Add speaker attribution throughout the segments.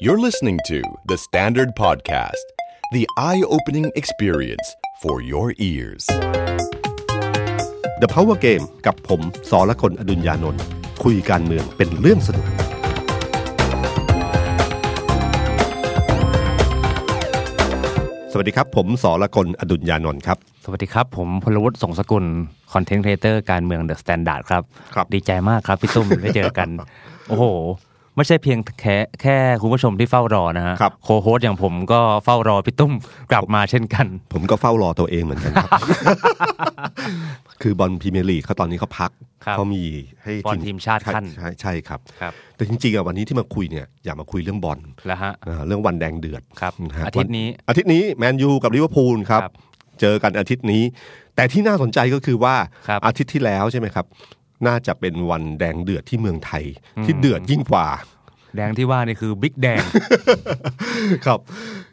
Speaker 1: You're listening to The Standard Podcast, the eye opening experience for your ears.
Speaker 2: The Power Game กับผมสอละคนอดุญญานนท์คุยการเมืองเป็นเรื่องสนุก สวัสดีครับ ผมสอละคนอดุญญานนท์ครับ
Speaker 3: สวัสดีครับ ผมพลวุฒิสงสกุลคอนเทนต์ครีเอเตอร์การเมืองเดอะสแตนดาร์ดครับ
Speaker 2: ครับ
Speaker 3: ดีใจมากครับ พี่ ตุ้ม ได้เจอกัน โอ้โห ไม่ใช่เพียงแค่แค่คุณผู้ชมที่เฝ้ารอนะฮะ
Speaker 2: ครับ
Speaker 3: โคโฮสต์อย่างผมก็เฝ้ารอพี่ตุ้ มกลับมาเช่นกัน
Speaker 2: ผมก็เฝ้ารอตัวเองเหมือน กันครับ คือบอลพรีเมียร์ลีกเขาตอนนี้เขาพัก
Speaker 3: ครับ
Speaker 2: เขามีให้
Speaker 3: บอลทีมชาติขั้น
Speaker 2: ใช่ใช่ครับ
Speaker 3: ครับ
Speaker 2: แต่จริงๆอะวันนี้ที่มาคุยเนี่ยอยากมาคุยเรื่องบอล
Speaker 3: แล้วฮะ
Speaker 2: อ่าเรื่องวันแดงเดือด
Speaker 3: ครับ
Speaker 2: นะฮะ
Speaker 3: อาทิตย์นี้
Speaker 2: วันอาทิตย์นี้แมนยูกับลิเวอร์พูลครับ
Speaker 3: ครับ
Speaker 2: เจอกันอาทิตย์นี้ แต่ที่น่าสนใจก็คือว่า
Speaker 3: ครับ
Speaker 2: อาทิตย์ที่แล้วใช่ไหมครับ น่าจะเป็นวันแดงเดือดที่เมืองไทย ที่
Speaker 3: อืม
Speaker 2: เดือดยิ่งกว่า
Speaker 3: แดงที่ว่านี่คือบิ๊กแดง
Speaker 2: ครับ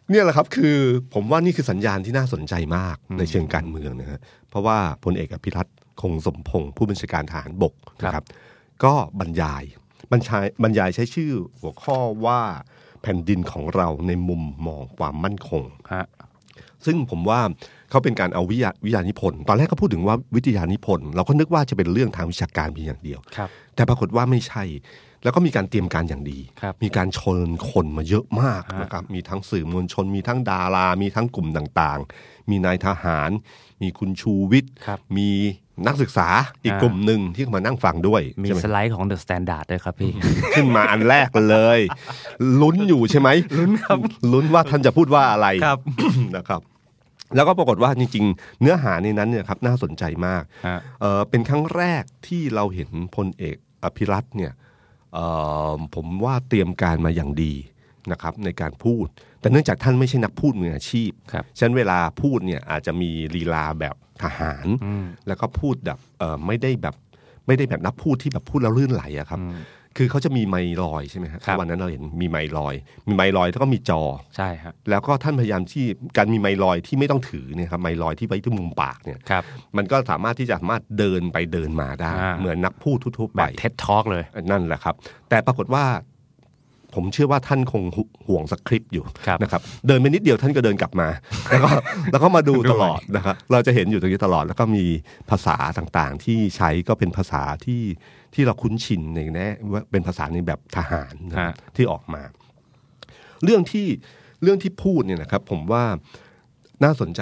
Speaker 2: เนี่ยแหละครับคือผมว่านี่คือสัญญาณที่น่าสนใจมากในเชิงการเมืองนะฮะเพราะว่าพลเอกอภิรัตคงสมพงศ์ผู้บัญชาการทหารบกนะค
Speaker 3: ครั
Speaker 2: รับ
Speaker 3: บ
Speaker 2: ก็บรรยายบรรยายบรรยายใช้ชื่อหัวข้อว่าแผ่นดินของเราในมุมมองความมั่นคง
Speaker 3: ฮะ
Speaker 2: ซึ่งผมว่าเขาเป็นการเอาวิทยาวิทยานิพนธ์ตอนแรกเขาพูดถึงว่าวิทยานิพนธ์เราก็นึกว่าจะเป็นเรื่องทางวิชาการเพียงอย่างเดียว
Speaker 3: ครับ
Speaker 2: แต่ปรากฏว่าไม่ใช่ แล้วก็มีการเตรียมการอย่างดี
Speaker 3: ครับ
Speaker 2: มีการชนคนมาเยอะมาก
Speaker 3: ฮะ
Speaker 2: นะครับมีทั้งสื่อมวลชน มีทั้งดารา มีทั้งกลุ่มต่างๆ มีนายทหาร มีคุณชูวิทย์
Speaker 3: ครับ
Speaker 2: มีนักศึกษาอีก
Speaker 3: อ่า
Speaker 2: กลุ่มหนึ่งที่มานั่งฟังด้วย
Speaker 3: มี
Speaker 2: ใช่ไหม
Speaker 3: สไลด์ของเดอะสแตนดาร์ดด้วยครับพี่
Speaker 2: ขึ้นมาอันแรกเลย ลุ้นอยู่ใช่ไหมลุ้นครับลุ้นว่าท่านจะพูดว่าอะไร
Speaker 3: ครับ
Speaker 2: นะครับ แล้วก็ปรากฏว่าจริงๆ เนื้อหาในนั้นเนี่ยครับน่าสนใจมาก
Speaker 3: ฮะ
Speaker 2: เอ่อเป็นครั้งแรกที่เราเห็นพลเอกอภิรัตน์เนี่ยเอ่อผมว่าเตรียมการมาอย่างดีนะครับในการพูด แต่เนื่องจากท่านไม่ใช่นักพูดมืออาชีพ
Speaker 3: ครับ
Speaker 2: ฉะนั้นเวลาพูดเนี่ยอาจจะมีลีลาแบบทหาร แล้วก็พูดแบบเอ่อไม่ได้แบบไม่ได้แบบนักพูดที่แบบพูดแล้วลื่นไหลอะครับ คือเขาจะมีไมค์ลอยใช่ไหมฮะ
Speaker 3: ครับ
Speaker 2: วันนั้นเราเห็นมีไมค์ลอย มีไมค์ลอยแล้วก็มีจอ
Speaker 3: ใช่ฮะ
Speaker 2: แล้วก็ท่านพยายามที่การมีไมลอยที่ไม่ต้องถือเนี่ยครับไมลอยที่ไว้ที่มุมปากเนี่ย
Speaker 3: ครับ
Speaker 2: มันก็สามารถที่จะสามารถเดินไปเดินมาได้
Speaker 3: อ่า
Speaker 2: เหมือนนักพูดทั่วๆ
Speaker 3: แบ
Speaker 2: ไป
Speaker 3: บเท็ดทอกเลย
Speaker 2: นั่นแหละครับ แต่ปรากฏว่า ผมเชื่อว่าท่านคงหห่วงสคริปต์อยู่
Speaker 3: ครับ
Speaker 2: นะครับเดินไปนิดเดียวท่านก็เดินกลับมา แล้วก็แล้วก็มาดูตลอดนะครับเราจะเห็นอยู่ตรงนี้ตลอดแล้วก็มีภาษาต่างๆ ที่ใช้ก็เป็นภาษาที่ที่เราคุ้นชินในแน่ว่าเป็นภาษาในแบบทหารนะครับ
Speaker 3: ฮะ
Speaker 2: ที่ออกมา เรื่องที่เรื่องที่พูดเนี่ยนะครับ ผมว่าน่าสนใจ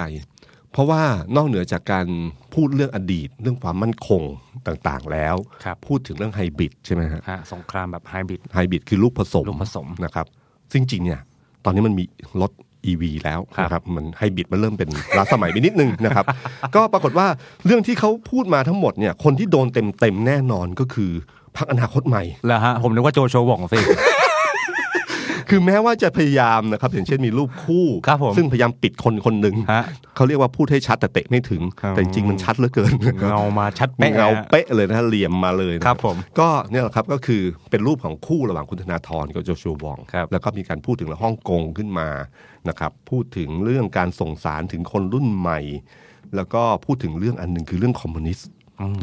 Speaker 2: เพราะว่านอกเหนือจากการพูดเรื่องอดีต เรื่องความมั่นคงต่างๆแล้ว
Speaker 3: ครับ
Speaker 2: พูดถึงเรื่องไฮบริดใช่ไหมฮะ
Speaker 3: ฮะสงครามแบบไฮบริด
Speaker 2: ไฮบริดคือลูกผสม
Speaker 3: ลูกผสม
Speaker 2: นะครับ ซึ่งจริงเนี่ย ตอนนี้มันมีรถ EV แล้ว
Speaker 3: ครับ
Speaker 2: นะครับมันไฮบริดมันเริ่มเป็นล้าสมัยไปนิดนึงนะครับ ก็ปรากฏว่าเรื่องที่เขาพูดมาทั้งหมดเนี่ย คนที่โดนเต็มๆแน่นอนก็คือพักอนาคตใหม่
Speaker 3: แล้วฮะผมนึกว่าโจโฉหว่องสิ
Speaker 2: คือแม้ว่าจะพยายามนะครับอย่างเช่นมีรูปคู่
Speaker 3: ครับผม
Speaker 2: ซึ่งพยายามปิดคนคนหนึ่ง
Speaker 3: ฮะ
Speaker 2: เขาเรียกว่าพูดให้ชัดแต่เตะไม่ถึง
Speaker 3: ครับ
Speaker 2: แต่จริงๆมันชัดเหลือเกิน
Speaker 3: เงามาชัด
Speaker 2: มี
Speaker 3: เป๊ะ
Speaker 2: เงา
Speaker 3: ฮะ
Speaker 2: เป๊ะเลยนะเหลี่ยมมาเลยนะครับ
Speaker 3: ผม
Speaker 2: ก็เนี่ยแหละครับก็คือเป็นรูปของคู่ระหว่างคุณธนาธรกับโจชัววอง
Speaker 3: ครับ
Speaker 2: แล้วก็มีการพูดถึงเรื่องฮ่องกงขึ้นมานะครับพูดถึงเรื่องการส่งสารถึงคนรุ่นใหม่ แล้วก็พูดถึงเรื่องอันหนึ่งคือเรื่องคอมมิวนิสต์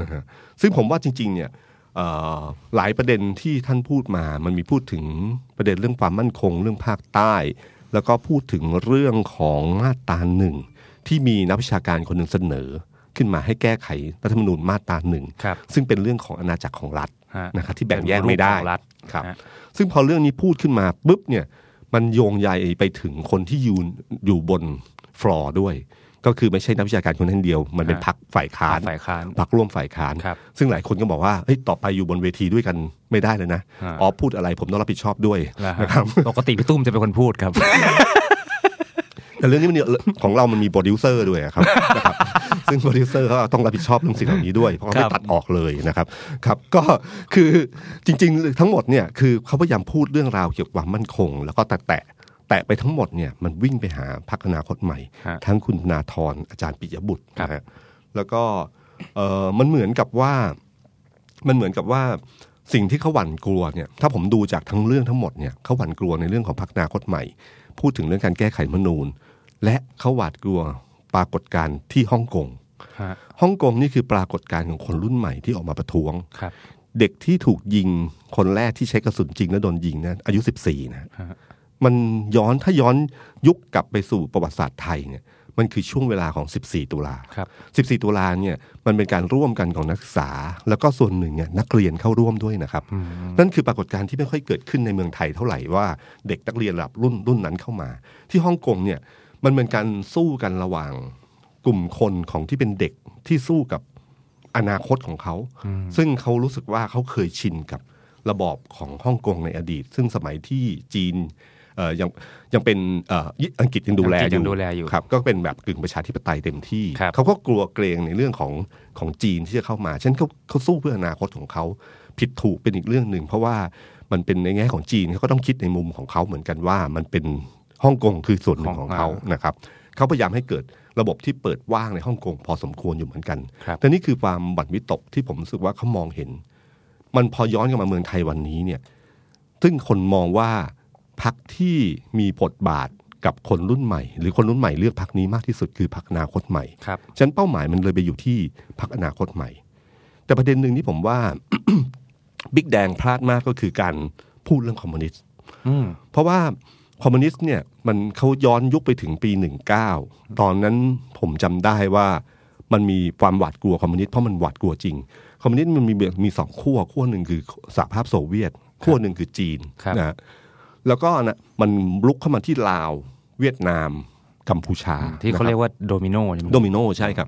Speaker 2: นะฮะซึ่งผมว่าจริงๆเนี่ยเอ่อหลายประเด็นที่ท่านพูดมา มันมีพูดถึงประเด็นเรื่องความมั่นคงเรื่องภาคใต้ แล้วก็พูดถึงเรื่องของมาตราหนึ่งที่มีนักวิชาการคนหนึ่งเสนอ ขึ้นมาให้แก้ไขรัฐธรรมนูญมาตราหนึ่ง
Speaker 3: ครับ
Speaker 2: ซึ่งเป็นเรื่องของอาณาจักรของรัฐ
Speaker 3: ฮะ
Speaker 2: นะครับที่แบ่งแยกไม่ได้
Speaker 3: เป็นรูปของรัฐ
Speaker 2: ครับ
Speaker 3: ฮะ
Speaker 2: ซึ่งพอเรื่องนี้พูดขึ้นมาปุ๊บเนี่ยมันโยงใยไปถึงคนที่อยู่อยู่บนฟลอร์ด้วย ก็คือไม่ใช่นักวิชาการคนนั้นเดียว มันเป็นพรรคฝ่ายค้าน
Speaker 3: ฝ่ายค้าน
Speaker 2: พักร่วมฝ่ายค้าน
Speaker 3: ครับ
Speaker 2: ซึ่งหลายคนก็บอกว่าเฮ้ยต่อไปอยู่บนเวทีด้วยกันไม่ได้เลยนะ
Speaker 3: อ่า
Speaker 2: อ๋อพูดอะไรผมต้องรับผิดชอบด้วย
Speaker 3: แล้วฮะ
Speaker 2: นะครับ
Speaker 3: ปกติพี่ตุ้มจะเป็นคนพูดครับ
Speaker 2: แต่เรื่องนี้มันเนี่ยของเรามันมีโปรดิวเซอร์ด้วยครับ นะครับซึ่งโปรดิวเซอร์เขาต้องรับผิดชอบเรื่องสิ่งเหล่านี้ด้วย เพราะเขา
Speaker 3: ค
Speaker 2: ไม่
Speaker 3: รับ
Speaker 2: ตัดออกเลยนะครับครับก็คือจริงๆ ทั้งหมดเนี่ยคือเขาพยายามพูดเรื่องราวเกี่ยวกับความมั่นคง แล้วก็แตะแตะแตะไปทั้งหมดเนี่ยมันวิ่งไปหาพรรคอนาคตใหม่
Speaker 3: ฮะ
Speaker 2: ทั้งคุณธนาธรอาจารย์ปิยบุตร
Speaker 3: ครับ
Speaker 2: นะฮะแล้วก็เออมันเหมือนกับว่า มันเหมือนกับว่าสิ่งที่เขาหวั่นกลัวเนี่ยถ้าผมดูจากทั้งเรื่องทั้งหมดเนี่ยเขาหวั่นกลัวในเรื่องของพรรคอนาคตใหม่ พูดถึงเรื่องการแก้ไขรัฐธรรมนูญ และเขาหวาดกลัวปรากฏการณ์ที่ฮ่องกง
Speaker 3: ฮะ
Speaker 2: ฮ่องกงนี่คือปรากฏการณ์ของคนรุ่นใหม่ที่ออกมาประท้วง
Speaker 3: ครับ
Speaker 2: เด็กที่ถูกยิงคนแรกที่ใช้กระสุนจริงและโดนยิงนะอายุ 14นะ
Speaker 3: ฮะ
Speaker 2: มันย้อนถ้าย้อนยุคกลับไปสู่ประวัติศาสตร์ไทยเนี่ยมันคือช่วงเวลาของ 14 ตุลา
Speaker 3: ครับ
Speaker 2: 14 ตุลาเนี่ยมันเป็นการร่วมกันของนักศึกษา แล้วก็ส่วนหนึ่งเนี่ยนักเรียนเข้าร่วมด้วยนะครับ นั่นคือปรากฏการณ์ที่ไม่ค่อยเกิดขึ้นในเมืองไทยเท่าไหร่ว่าเด็กนักเรียนระดับรุ่นรุ่นนั้นเข้ามา ที่ฮ่องกงเนี่ยมันเป็นการสู้กันระหว่างกลุ่มคนของที่เป็นเด็กที่สู้กับอนาคตของเขา ซึ่งเขารู้สึกว่าเขาเคยชินกับระบอบของฮ่องกงในอดีต ซึ่งสมัยที่จีนเอ่อยังยังเป็นเอ่ออังกฤษยังดูแล
Speaker 3: อังกฤ
Speaker 2: อ
Speaker 3: ษยั
Speaker 2: ยู่
Speaker 3: งดูแลอยู่
Speaker 2: ครับ ก็เป็นแบบกึ่งประชาธิปไตยเต็มที่
Speaker 3: ครับ
Speaker 2: เขาก็กลัวเกรงในเรื่องของของจีนที่จะเข้ามาฉะนันเขาเขาสู้เพื่ออนาคตของเขา ผิดถูกเป็นอีกเรื่องหนึ่ง เพราะว่ามันเป็นในแง่ของจีนเขาก็ต้องคิดในมุมของเขาเหมือนกันว่ามันเป็นฮ่องกงคือส่วนหนึ่งของเขานะครับเขาพยายามให้เกิดระบบที่เปิดว่างในฮ่องกงพอสมควรอยู่เหมือนกัน
Speaker 3: ครับ
Speaker 2: แต่นี่คือความบั่นวิตกที่ผมรู้สึกว่าเขามองเห็น มันพอย้อนกลับมาเมืองไทยวันนี้เนี่ย ซึ่งคนมองว่าพักที่มีบทบาทกับคนรุ่นใหม่ หรือคนรุ่นใหม่เลือกพักนี้มากที่สุดคือพักอนาคตใหม่
Speaker 3: ครับ
Speaker 2: ฉะนันเป้าหมายมันเลยไปอยู่ที่พักอนาคตใหม่ แต่ประเด็นหนึ่งที่ผมว่า บิ๊กแดงพลาดมากก็คือการพูดเรื่องคอมมิวนิสต์
Speaker 3: อืม
Speaker 2: เพราะว่าคอมมิวนิสต์เนี่ยมันเขาย้อนยุคไปถึงปี 19 ตอนนั้นผมจำได้ว่ามันมีความหวาดกลัวคอมมิวนิสต์เพราะมันหวาดกลัวจริง คอมมิวนิสต์มันมีมีสองขั้วขั้วหนึ่งคือสหภาพโซเวียตขั้วหนึ่งคือจีน
Speaker 3: ครับ
Speaker 2: นะฮะแล้วก็นะมันลุกเข้ามาที่ลาว เวียดนาม กัมพูชา
Speaker 3: ที่เขา
Speaker 2: นะคบ
Speaker 3: เรียกว่าโดมิโนใช่ไหม
Speaker 2: โดมิโนใช่ครับ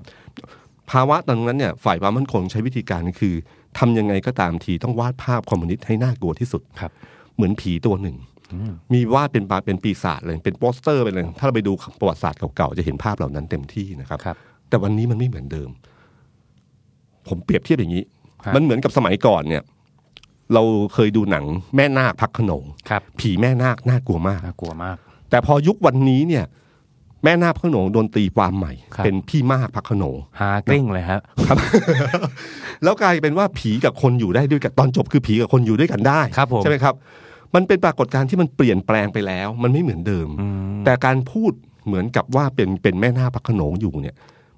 Speaker 2: ภาวะตอนนั้นเนี่ยฝ่ายความมั่นคงใช้วิธีการคือทำยังไงก็ตามทีต้องวาดภาพคอมมิวนิสต์ให้น่ากลัวที่สุด
Speaker 3: ครับ
Speaker 2: เหมือนผีตัวหนึ่ง มีวาดเป็นปาเป็นปีศาจเลย เป็นโปสเตอร์ไปเลย ถ้าเราไปดูประวัติศาสตร์เก่าๆ จะเห็นภาพเหล่านั้นเต็มที่นะครับ
Speaker 3: ครับ
Speaker 2: แต่วันนี้มันไม่เหมือนเดิม ผมเปรียบเทียบอย่างนี้
Speaker 3: ครับ
Speaker 2: มันเหมือนกับสมัยก่อนเนี่ย เราเคยดูหนังแม่นาคพักขนง
Speaker 3: ครับ
Speaker 2: ผีแม่นาคน่ากลัวมาก
Speaker 3: น่ากลัวมาก
Speaker 2: แต่พอยุควันนี้เนี่ย แม่นาคพระโขนงโดนตีความใหม่
Speaker 3: ครับ
Speaker 2: เป็นพี่มากพระโขนง
Speaker 3: ฮากริ้งเลยฮะ
Speaker 2: ครับ แล้วกลายเป็นว่าผีกับคนอยู่ได้ด้วยกันตอนจบคือผีกับคนอยู่ด้วยกันได้
Speaker 3: ครับผม
Speaker 2: ใช่ไหมครับ มันเป็นปรากฏการณ์ที่มันเปลี่ยนแปลงไปแล้ว มันไม่เหมือนเดิม แต่การพูดเหมือนกับว่าเป็นเป็นแม่นาคพระโขนงอยู่เนี่ย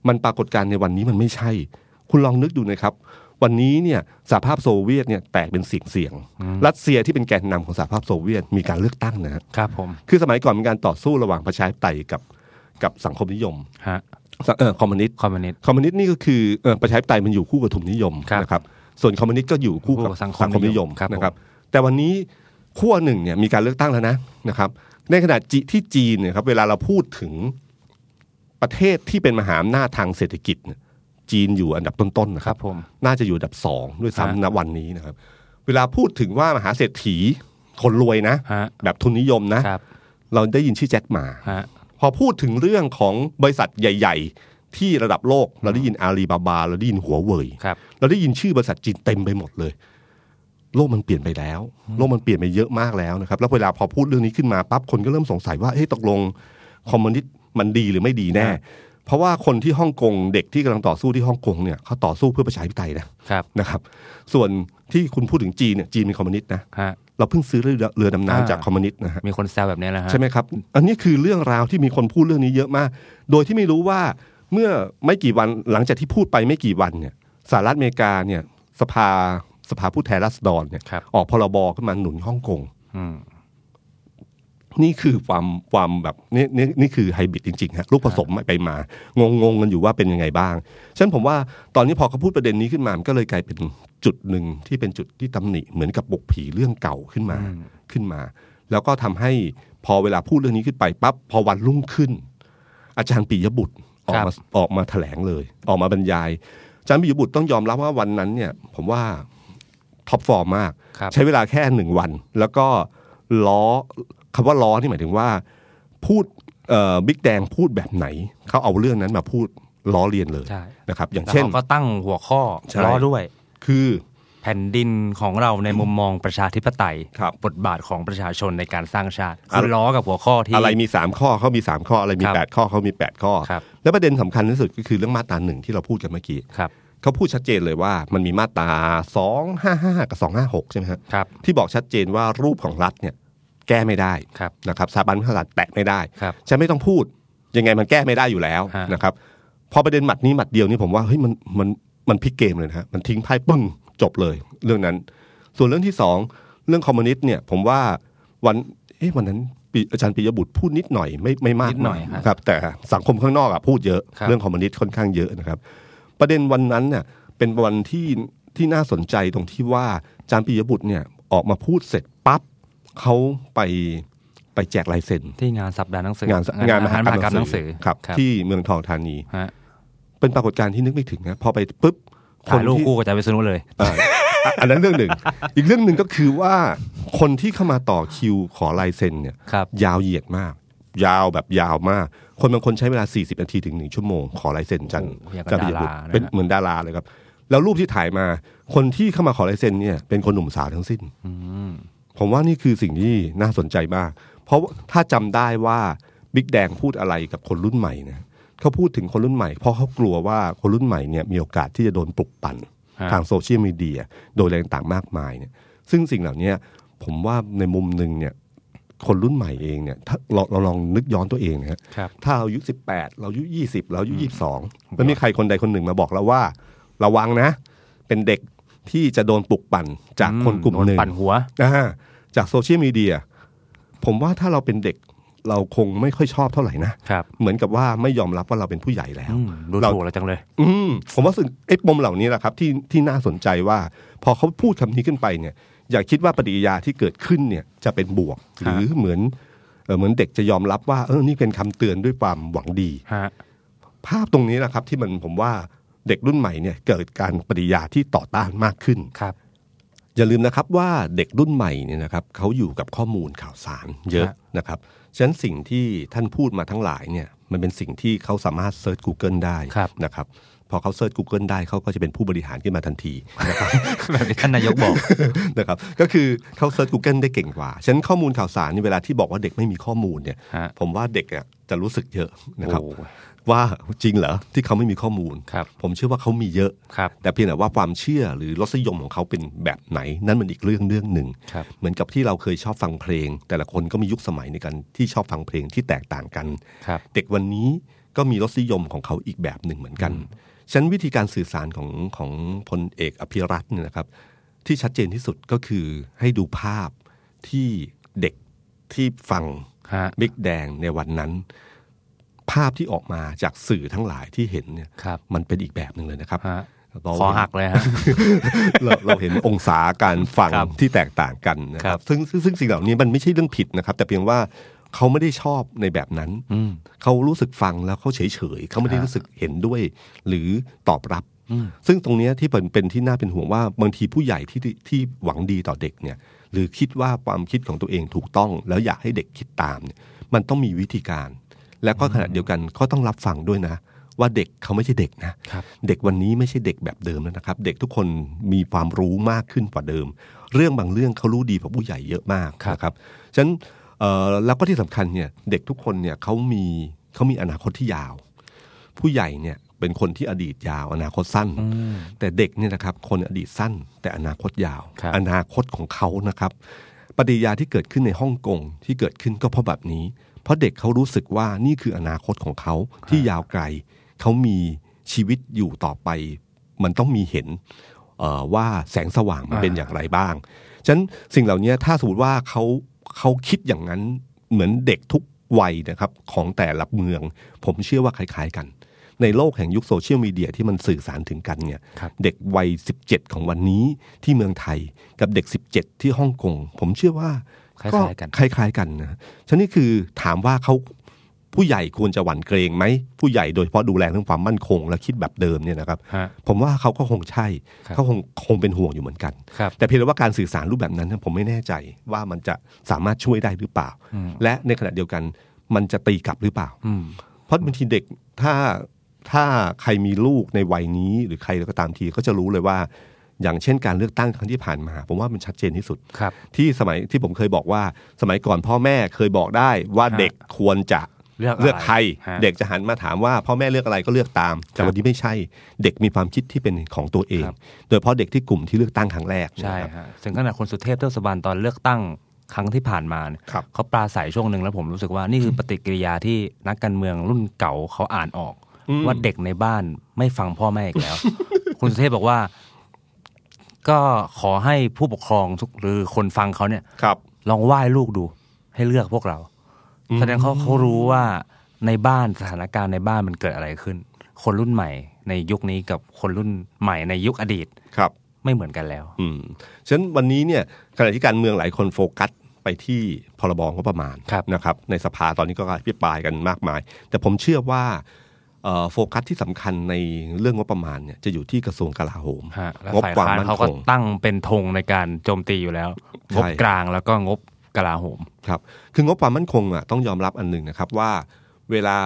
Speaker 2: มันปรากฏการณ์ในวันนี้มันไม่ใช่ คุณลองนึกดูนะครับ วันนี้เนี่ยสหภาพโซเวียตเนี่ยแตกเป็นเสียงเสียงๆรัสเซียที่เป็นแกนนำของสหภาพโซเวียตมีการเลือกตั้งนะฮะ
Speaker 3: ครับผม
Speaker 2: คือสมัยก่อนเป็นการต่อสู้ระหว่างประชาธิปไตยกับกับสังคมนิยม
Speaker 3: ฮะ
Speaker 2: เอ่อคอมมิวนิสต์
Speaker 3: คอมมิวนิสต์
Speaker 2: คอมมิวนิสต์นี่ก็คือเอ่อประชาธิปไตยมันอยู่คู่กับทุนนิยม
Speaker 3: ครับ
Speaker 2: นะครับ ส่วนคอมมิวนิสต์ก็อยู่คู่
Speaker 3: คู่กั
Speaker 2: กับบ
Speaker 3: สั
Speaker 2: สัง
Speaker 3: ง
Speaker 2: ค
Speaker 3: คม
Speaker 2: มนิยม
Speaker 3: นิยมครับผม
Speaker 2: นะครับ แต่วันนี้ขั้วหนึ่งเนี่ยมีการเลือกตั้งแล้วนะนะครับ ในขณะจิที่จีนเนี่ยครับเวลาเราพูดถึงประเทศที่เป็นมหาอำนาจทางเศรษฐกิจเนี่ยจีนอยู่อันดับต้นๆนะ
Speaker 3: ค
Speaker 2: ครั
Speaker 3: รับ บผม
Speaker 2: น่าจะอยู่อันดับสองด้วย
Speaker 3: ฮะ
Speaker 2: ซ้ำณวันนี้นะครับ เวลาพูดถึงว่ามหาเศรษฐีคนรวยนะ
Speaker 3: ฮะ
Speaker 2: แบบทุนนิยมนะ
Speaker 3: ครับ
Speaker 2: เราได้ยินชื่อแจ็คหมา
Speaker 3: ฮะ
Speaker 2: พอพูดถึงเรื่องของบริษัทใหญ่ ๆ ที่ระดับโลก เราได้ยินอาลีบาบา เราได้ยินหัวเว่ย
Speaker 3: ครับ
Speaker 2: เราได้ยินชื่อบริษัทจีนเต็มไปหมดเลย โลกมันเปลี่ยนไปแล้ว โลกมันเปลี่ยนไปเยอะมากแล้วนะครับ แล้วเวลาพอพูดเรื่องนี้ขึ้นมาปั๊บคนก็เริ่มสงสัยว่าเฮ้ยตกลงคอมมิวนิสต์มันดีหรือไม่ดีแน่ เพราะว่าคนที่ฮ่องกงเด็กที่กำลังต่อสู้ที่ฮ่องกงเนี่ยเขาต่อสู้เพื่อประชาธิปไตยนะครับ นะครับ ส่วนที่คุณพูดถึงจีนเนี่ยจีนเป็นคอมมิวนิสต์นะ
Speaker 3: ฮะ
Speaker 2: เราเพิ่งซื้อเรือเรือดำน้ำจาก
Speaker 3: อ่า
Speaker 2: คอมมิวนิสต์นะฮะ
Speaker 3: มีคนแซวแบบนี้แหละฮะ
Speaker 2: ใช่ไหมครับ อันนี้คือเรื่องราวที่มีคนพูดเรื่องนี้เยอะมาก โดยที่ไม่รู้ว่าเมื่อไม่กี่วันหลังจากที่พูดไปไม่กี่วันเนี่ยสหรัฐอเมริกาเนี่ยสภาสภาผู้แทนราษฎรเนี่ย
Speaker 3: ครับ
Speaker 2: ออกพรบขึ้นมาหนุนฮ่องกง
Speaker 3: อืม
Speaker 2: นี่คือความความแบบนี่นี่นี่คือไฮบริดจริงๆฮะลูกผสมไปมางงงๆกันอยู่ว่าเป็นยังไงบ้างฉะนันผมว่าตอนนี้พอเขาพูดประเด็นนี้ขึ้นมามันก็เลยกลายเป็นจุดหนึ่งที่เป็นจุดที่ตำหนิเหมือนกับปลุกผีเรื่องเก่าขึ้นมาขึ้นมา แล้วก็ทำให้พอเวลาพูดเรื่องนี้ขึ้นไปปั๊บพอวันรุ่งขึ้น อาจารย์ปิยบุตรออก
Speaker 3: ครั
Speaker 2: มา
Speaker 3: บ
Speaker 2: ออกมาแถลงเลย ออกมาบรรยาย อาจารย์ปิยบุตรต้องยอมรับว่าวันนั้นเนี่ย ผมว่าท็อปฟอร์มมาก
Speaker 3: ครับ
Speaker 2: ใช้เวลาแค่หนึ่งวัน แล้วก็ล้อคำว่าล้อนี่หมายถึงว่า พูดบิ๊กแดงพูดแบบไหน เขาเอาเรื่องนั้นมาพูดล้อเลียนเลย
Speaker 3: ใช่
Speaker 2: นะครับ อย่าง
Speaker 3: แล้ว
Speaker 2: เช่น
Speaker 3: เขาก็ตั้งหัวข้อ
Speaker 2: ใช่
Speaker 3: ล้อด้วย
Speaker 2: คือ
Speaker 3: แผ่นดินของเราในมุมมองประชาธิปไตย
Speaker 2: ครับ
Speaker 3: บทบาทของประชาชนในการสร้างชาติ
Speaker 2: อะไร
Speaker 3: คือล้อกับหัวข้อที่
Speaker 2: อะไรมีสามข้อเขามีสามข้ออะไรมี
Speaker 3: ครับ
Speaker 2: แปดข้อเขามีแปดข้อ
Speaker 3: ครับ
Speaker 2: แล้วประเด็นสำคัญที่สุดก็คือเรื่องมาตราหนึ่งที่เราพูดกันเมื่อกี้
Speaker 3: ครับ
Speaker 2: เขาพูดชัดเจนเลยว่ามันมีมาตราสองห้าห้ากับสองห้าหกใช่ไหมฮะ
Speaker 3: ครับ
Speaker 2: ที่บอกชัดเจนว่ารูปของรัฐเนี่ยแก้ไม่ได้
Speaker 3: ครับ
Speaker 2: นะครับสถาบันพระมหากษัตริย์แตะไม่ได้
Speaker 3: ครับ
Speaker 2: ฉันไม่ต้องพูด ยังไงมันแก้ไม่ได้อยู่แล้ว
Speaker 3: ฮะ
Speaker 2: นะครับ พอประเด็นหมัดนี้หมัดเดียวนี่ผมว่าเฮ้ยมันมันมันพลิกเกมเลยนะฮะมันทิ้งไพ่ปึ้งจบเลย เรื่องนั้น ส่วนเรื่องที่สองเรื่องคอมมิวนิสต์เนี่ย ผมว่าวันเอ๊ะวันนั้น ปิอาจารย์ปิยบุตรพูดนิดหน่อยไม่ไม่มาก
Speaker 3: นิดหน่อยครับ
Speaker 2: ครับ แต่สังคมข้างนอกอะพูดเยอะ
Speaker 3: ครับ
Speaker 2: เรื่องคอมมิวนิสต์ค่อนข้างเยอะนะครับ ประเด็นวันนั้นเนี่ยเป็นวันที่ที่น่าสนใจตรงที่ว่าอาจารย์ปิยบุตรเนี่ยออกมาพูดเสร็จปั๊บเขาไปไปแจกลายเซ็น
Speaker 3: ที่งานสัปดาห์หนังสือง
Speaker 2: านงานมหากรรมหนังสือครับ
Speaker 3: ที่
Speaker 2: ที่เมืองทองธานี
Speaker 3: ฮะ
Speaker 2: เป็นปรากฏการณ์ที่นึกไม่ถึงนะพอไปปุ๊บ
Speaker 3: ถ่ายรูป
Speaker 2: ที่
Speaker 3: คู่กับอาจารย์วิษณุเลย
Speaker 2: เอ่ออ่ะอันนั้นเรื่องหนึ่ง อีกเรื่องหนึ่งก็คือว่าคนที่เข้ามาต่อคิวขอลายเซ็นเนี่ย
Speaker 3: ครับ
Speaker 2: ยาวเหยียดมาก ยาวแบบยาวมาก คนบางคนใช้เวลา 40นาทีถึงหนึ่งชั่วโมง ขอลายเซ็นจันทร์
Speaker 3: โอ้โหอย่างกับ
Speaker 2: จันทร์ปิยบุตร
Speaker 3: ดาราเลยนะ
Speaker 2: เป็นเหมือนดาราเลยครับ แล้วรูปที่ถ่ายมา คนที่เข้ามาขอลายเซ็นเนี่ยเป็นคนหนุ่มสาวทั้งสิ้น ผมว่านี่คือสิ่งที่น่าสนใจมาก เพราะว่าถ้าจำได้ว่าบิ๊กแดงพูดอะไรกับคนรุ่นใหม่นะเขาพูดถึงคนรุ่นใหม่ เพราะเขากลัวว่าคนรุ่นใหม่เนี่ยมีโอกาสที่จะโดนปลุกปั่น
Speaker 3: ฮะ
Speaker 2: ทางโซเชียลมีเดียโดยอะไรต่างๆมากมายเนี่ยซึ่งสิ่งเหล่านี้ผมว่าในมุมหนึ่งเนี่ยคนรุ่นใหม่เองเนี่ยถ้าเราเราลองนึกย้อนตัวเองนะฮะ
Speaker 3: ครับ
Speaker 2: ถ้าเราอายุสิบแปดเราอายุยี่สิบเราอายุยี่สิบสองแล้วมีใครคนใดคนหนึ่งมาบอกเราว่า ระวังนะ เป็นเด็กที่จะโดนปลุกปั่นจากคนกลุ่มหนึ่ง
Speaker 3: ปั่นหัว
Speaker 2: อ่าจากโซเชียลมีเดียผมว่าถ้าเราเป็นเด็กเราคงไม่ค่อยชอบเท่าไหร่นะ
Speaker 3: ครับ
Speaker 2: เหมือนกับว่าไม่ยอมรับว่าเราเป็นผู้ใหญ่แล้ว
Speaker 3: อืมดูถูกเราจังเลย
Speaker 2: อืมผมว่าสิ่งไอ้ปมเหล่านี้แหละครับที่ที่น่าสนใจว่า พอเขาพูดคำนี้ขึ้นไปเนี่ย อย่าคิดว่าปฏิกิริยาที่เกิดขึ้นเนี่ยจะเป็นบวก ห
Speaker 3: ฮะ
Speaker 2: รือเหมือนเอ่อเหมือนเด็กจะยอมรับว่าเออนี่เป็นคำเตือนด้วยความหวังดี
Speaker 3: ฮะ
Speaker 2: ภาพตรงนี้แหละครับที่มันผมว่าเด็กรุ่นใหม่เนี่ยเกิดการปฏิกิริยาที่ต่อต้านมากขึ้น
Speaker 3: ครับ
Speaker 2: อย่าลืมนะครับว่าเด็กรุ่นใหม่เนี่ยนะครับเขาอยู่กับข้อมูลข่าวสารเยอะ
Speaker 3: ฮะ
Speaker 2: นะครับฉะนั้นสิ่งที่ท่านพูดมาทั้งหลายเนี่ยมันเป็นสิ่งที่เขาสามารถเซิร์ช Google ได้นะครับพอเขาเซิร์ช Google ได้เขาก็จะเป็นผู้บริหารขึ้นมาทันที นะครับ
Speaker 3: แบบที่ท่านนายกบอก
Speaker 2: นะครับก็คือเขาเซิร์ช Google ได้เก่งกว่าฉะนั้นข้อมูลข่าวสารนี่เวลาที่บอกว่าเด็กไม่มีข้อมูลเนี่ย
Speaker 3: ฮะ
Speaker 2: ผมว่าเด็กอะจะรู้สึกเยอะนะครับ
Speaker 3: โอ้
Speaker 2: ว่าจริงเหรอที่เขาไม่มีข้อมูล
Speaker 3: ครับ
Speaker 2: ผมเชื่อว่าเขามีเยอะ
Speaker 3: ครับ
Speaker 2: แต่เพียงแต่ว่าความเชื่อหรือรสนิยมของเขาเป็นแบบไหน นั่นมันอีกเรื่องเรื่องหนึ่ง
Speaker 3: ครับ
Speaker 2: เหมือนกับที่เราเคยชอบฟังเพลง แต่ละคนก็มียุคสมัยในการที่ชอบฟังเพลงที่แตกต่างกัน
Speaker 3: ครับ
Speaker 2: เด็กวันนี้ก็มีรสนิยมของเขาอีกแบบหนึ่งเหมือนกันฉะนันวิธีการสื่อสารของของพลเอกอภิรัตน์เนี่ยนะครับ ที่ชัดเจนที่สุดก็คือให้ดูภาพที่เด็กที่ฟัง
Speaker 3: ฮะ
Speaker 2: บิ๊กแดงในวันนั้น ภาพที่ออกมาจากสื่อทั้งหลายที่เห็นเนี่ย
Speaker 3: ครับ
Speaker 2: มันเป็นอีกแบบหนึ่งเลยนะครับ
Speaker 3: ฮะ
Speaker 2: เรา
Speaker 3: คอ
Speaker 2: เห็น
Speaker 3: หักเลยฮะ
Speaker 2: เราเราเห็นองศาการฟัง
Speaker 3: ครับ
Speaker 2: ที่แตกต่างกันนะค
Speaker 3: ครั
Speaker 2: รับบ ซึ่งซึ่งซึ่งสิ่งเหล่านี้มันไม่ใช่เรื่องผิดนะครับ แต่เพียงว่าเขาไม่ได้ชอบในแบบนั้น
Speaker 3: อืม
Speaker 2: เขารู้สึกฟังแล้วเขาเฉยเฉยๆเขาไม่ได้รู้สึกเห็นด้วย หรือตอบรับ ซึ่งตรงเนี้ยที่เป็นเป็นที่น่าเป็นห่วงว่าบางทีผู้ใหญ่ที่ที่ที่หวังดีต่อเด็กเนี่ย หรือคิดว่าความคิดของตัวเองถูกต้อง แล้วอยากให้เด็กคิดตามเนี่ยมันต้องมีวิธีการ แล้วก็ขณะเดียวกันก็ต้องรับฟังด้วยนะ ว่าเด็กเขาไม่ใช่เด็กนะ
Speaker 3: ครับ
Speaker 2: เด็กวันนี้ไม่ใช่เด็กแบบเดิมแล้วนะครับ เด็กทุกคนมีความรู้มากขึ้นกว่าเดิม เรื่องบางเรื่องเขารู้ดีกว่าผู้ใหญ่เยอะมาก
Speaker 3: ครับ
Speaker 2: นะครับฉะนั้นเอ่อแล้วก็ที่สำคัญเนี่ยเด็กทุกคนเนี่ยเขามีเขามีอนาคตที่ยาว ผู้ใหญ่เนี่ยเป็นคนที่อดีตยาว อนาคตสั้น
Speaker 3: อืม
Speaker 2: แต่เด็กเนี่ยนะครับคนอดีตสั้น แต่อนาคตยาว
Speaker 3: ครับ
Speaker 2: อนาคตของเขานะครับปฏิกิริยาที่เกิดขึ้นในฮ่องกงที่เกิดขึ้นก็เพราะแบบนี้ เพราะเด็กเขารู้สึกว่านี่คืออนาคตของเขาที่ยาวไกล เขามีชีวิตอยู่ต่อไป มันต้องมีเห็นเอ่อว่าแสงสว่างมันเป็นอย่างไรบ้าง ฉะนั้นสิ่งเหล่านี้ถ้าสมมติว่าเขาเขาคิดอย่างนั้นเหมือนเด็กทุกวัยนะครับของแต่ละเมือง ผมเชื่อว่าคล้ายๆกัน ในโลกแห่งยุคโซเชียลมีเดียที่มันสื่อสารถึงกันเนี่ย
Speaker 3: ครับ
Speaker 2: เด็กวัย 17 ของวันนี้ที่เมืองไทยกับเด็ก 17 ที่ฮ่องกงผมเชื่อว่า
Speaker 3: คล้ายๆกัน
Speaker 2: คล้ายๆกันนะฉะนี้นคือถามว่าเขาผู้ใหญ่ควรจะหวั่นเกรงไหม ผู้ใหญ่โดยเฉพาะดูแลเรื่องความมั่นคง และคิดแบบเดิมเนี่ยนะครับ
Speaker 3: ฮะ
Speaker 2: ผมว่าเขาก็คงใช่
Speaker 3: ครับ
Speaker 2: เขาคงคงเป็นห่วงอยู่เหมือนกัน
Speaker 3: ครับ
Speaker 2: แต่เพียงแต่ว่าการสื่อสารรูปแบบนั้นเนยผมไม่แน่ใจว่ามันจะสามารถช่วยได้หรือเปล่า
Speaker 3: อืม
Speaker 2: และในขณะเดียวกันมันจะตีกลับหรือเปล่า
Speaker 3: อืม
Speaker 2: เพราะบางทีเด็กถ้าถ้าใครมีลูกในวัยนี้หรือใครก็ตามทีก็จะรู้เลยว่า อย่างเช่นการเลือกตั้งครั้งที่ผ่านมา ผมว่ามันชัดเจนที่สุด
Speaker 3: ครับ
Speaker 2: ที่สมัยที่ผมเคยบอกว่า สมัยก่อนพ่อแม่เคยบอกได้ว่า
Speaker 3: ฮะ
Speaker 2: เด็กควรจะ
Speaker 3: เลือกอะไร
Speaker 2: ใคร
Speaker 3: ฮะ
Speaker 2: เด็กจะหันมาถามว่าพ่อแม่เลือกอะไรก็เลือกตาม แต่
Speaker 3: ครับ
Speaker 2: วันนี้ไม่ใช่ เด็กมีความคิดที่เป็นของตัวเอง
Speaker 3: ครับ
Speaker 2: โดยเฉพาะเด็กที่กลุ่มที่เลือกตั้งครั้งแรก
Speaker 3: ใช่
Speaker 2: นะครับ
Speaker 3: ฮะถึงขนาดคนสุเทพเทือกสุบรรณตอนเลือกตั้งครั้งที่ผ่านมาเนี่ย
Speaker 2: ครับ
Speaker 3: เขาปราศัยช่วงหนึ่งแล้วผมรู้สึกว่านี่คือปฏิกิริยาที่นักการเมืองรุ่นเก่าเขาอ่านออก ว่าเด็กในบ้านไม่ฟังพ่อแม่อีก แล้ว คุณสุเทพบอกว่า ก็ขอให้ผู้ปกครองทุกหรือคนฟังเขาเนี่ย
Speaker 2: ครับ
Speaker 3: ลองไหว้ลูกดู ให้เลือกพวกเรา แสดงเขาเขารู้ว่าในบ้านสถานการณ์ในบ้านมันเกิดอะไรขึ้น คนรุ่นใหม่ในยุคนี้กับคนรุ่นใหม่ในยุคอดีต
Speaker 2: ครับ
Speaker 3: ไม่เหมือนกันแล้ว
Speaker 2: อืมฉะนั้นวันนี้เนี่ยขณะที่การเมืองหลายคนโฟกัสไปที่พรบงบประมาณ
Speaker 3: ครับ
Speaker 2: นะครับ ในสภาตอนนี้ก็พิปรายกันมากมาย แต่ผมเชื่อว่าเอ่อโฟกัสที่สำคัญในเรื่องงบประมาณเนี่ยจะอยู่ที่กระทรวงกลาโหม
Speaker 3: ฮะและ
Speaker 2: งบ
Speaker 3: ฝ่าย
Speaker 2: ความ
Speaker 3: ค้าน
Speaker 2: มั่น
Speaker 3: เขา
Speaker 2: ค
Speaker 3: ก็
Speaker 2: ง
Speaker 3: ตั้งเป็นธงในการโจมตีอยู่แล้ว งบ
Speaker 2: ใช่
Speaker 3: กลางแล้วก็งบกลาโหม
Speaker 2: ครับคืองบความมั่นคงอ่ะต้องยอมรับอันหนึ่งนะครับว่า เวลา